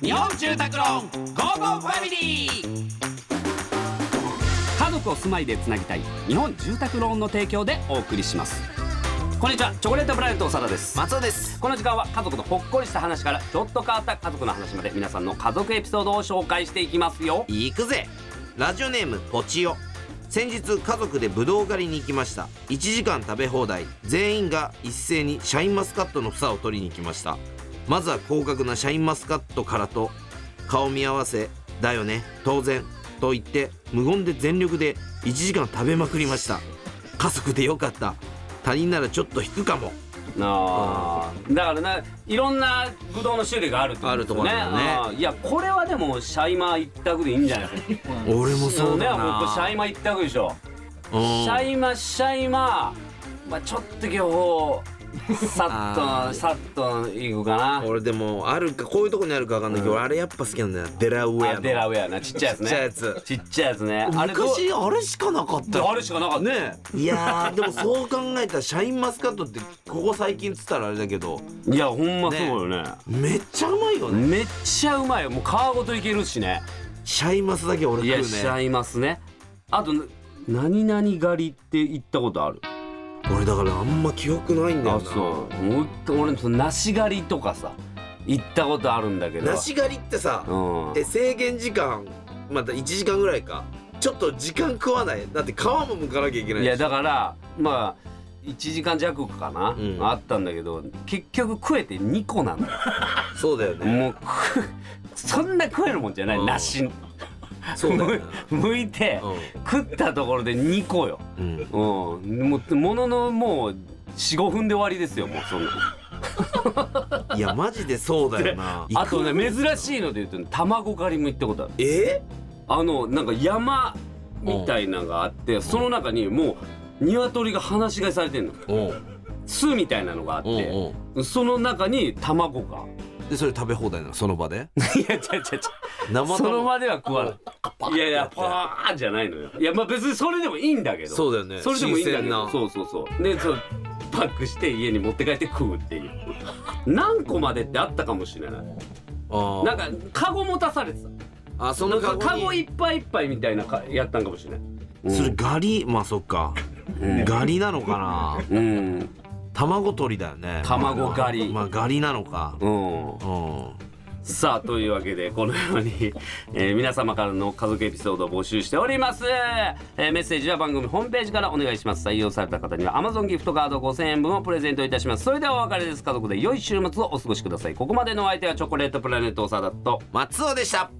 日本住宅ローンゴーゴーファミリー家族を住まいでつなぎたい日本住宅ローンの提供でお送りしますこんにちはチョコレートプラネット長田です松尾ですこの時間は家族のほっこりした話からちょっと変わった家族の話まで皆さんの家族エピソードを紹介していきますよ行くぜラジオネームポチオ先日家族でブドウ狩りに行きました1時間食べ放題全員が一斉にシャインマスカットの房を取りに行きましたまずは高額なシャインマスカットからと顔見合わせだよね当然と言って無言で全力で1時間食べまくりました家族でよかった他人ならちょっと引くかもあーだからないろんなブドウの種類があるってことですよねあるところだよねあーいやこれはでもシャイマー一択でいいんじゃないですか俺もそうだねもうこれシャイなマー一択でしょうんシャイマシャイマまあちょっと今日さあっとーさっといくかな俺でもあるかこういうとこにあるかわかんないけど、俺あれやっぱ好きなんだよデラウェアあのデラウェアなちっちゃいやつねちっちゃいやつちっちゃいやつねあれどう昔あれしかなかったよあれしかなかったねえいやーでもそう考えたらシャインマスカットってここ最近っつったらあれだけどいやほんまそうよねめっちゃうまいよねめっちゃうまいよもう皮ごといけるしねシャインマスだけ俺いや食しうちゃねいますねあとな何々狩りって行ったことある俺だからあんま記憶ないんだよあなそうもう俺その梨狩りとかさ行ったことあるんだけど梨狩りってさうんえ制限時間また1時間ぐらいかちょっと時間食わないだって皮も剥かなきゃいけないいしやだからまあ1時間弱かな、うんあったんだけど結局食えて2個なんだそうだよねもう食う そんな食えるもんじゃないうん梨そうだよねむいて食ったところで2個よ、うん、うんうん、もうもののもう45分で終わりですよもうそんないやマジでそうだよなあとね珍しいので言うとね卵狩りも行ったことあるえあのなんか山みたいなのがあって、その中にもう鶏が放し飼いされてんのお巣みたいなのがあって、おその中に卵がでそれ食べ放題なのその 場でいや違う違う違生う卵 その場では食わないいやいやパーンじゃないのよいやまあ別にそれでもいいんだけどそうだよねそれでもいいんだけ新鮮どなそうそうそうでそうパックして家に持って帰って食うっていう何個までってあったかもしれないあなんかかカゴ持たされてたあそなんのかカカゴゴいにっぱいいっぱいみたいなかやったんかもしれない、うんそれガリまあそっか、ガリなのかなうん卵取りだよね卵ガリまあガリなのかうんうんさあというわけでこのように、えー皆様からの家族エピソードを募集しております、えーメッセージは番組ホームページからお願いします採用された方には Amazon ギフトカード5000円分をプレゼントいたしますそれではお別れです家族で良い週末をお過ごしくださいここまでのお相手はチョコレートプラネット長田と松尾でした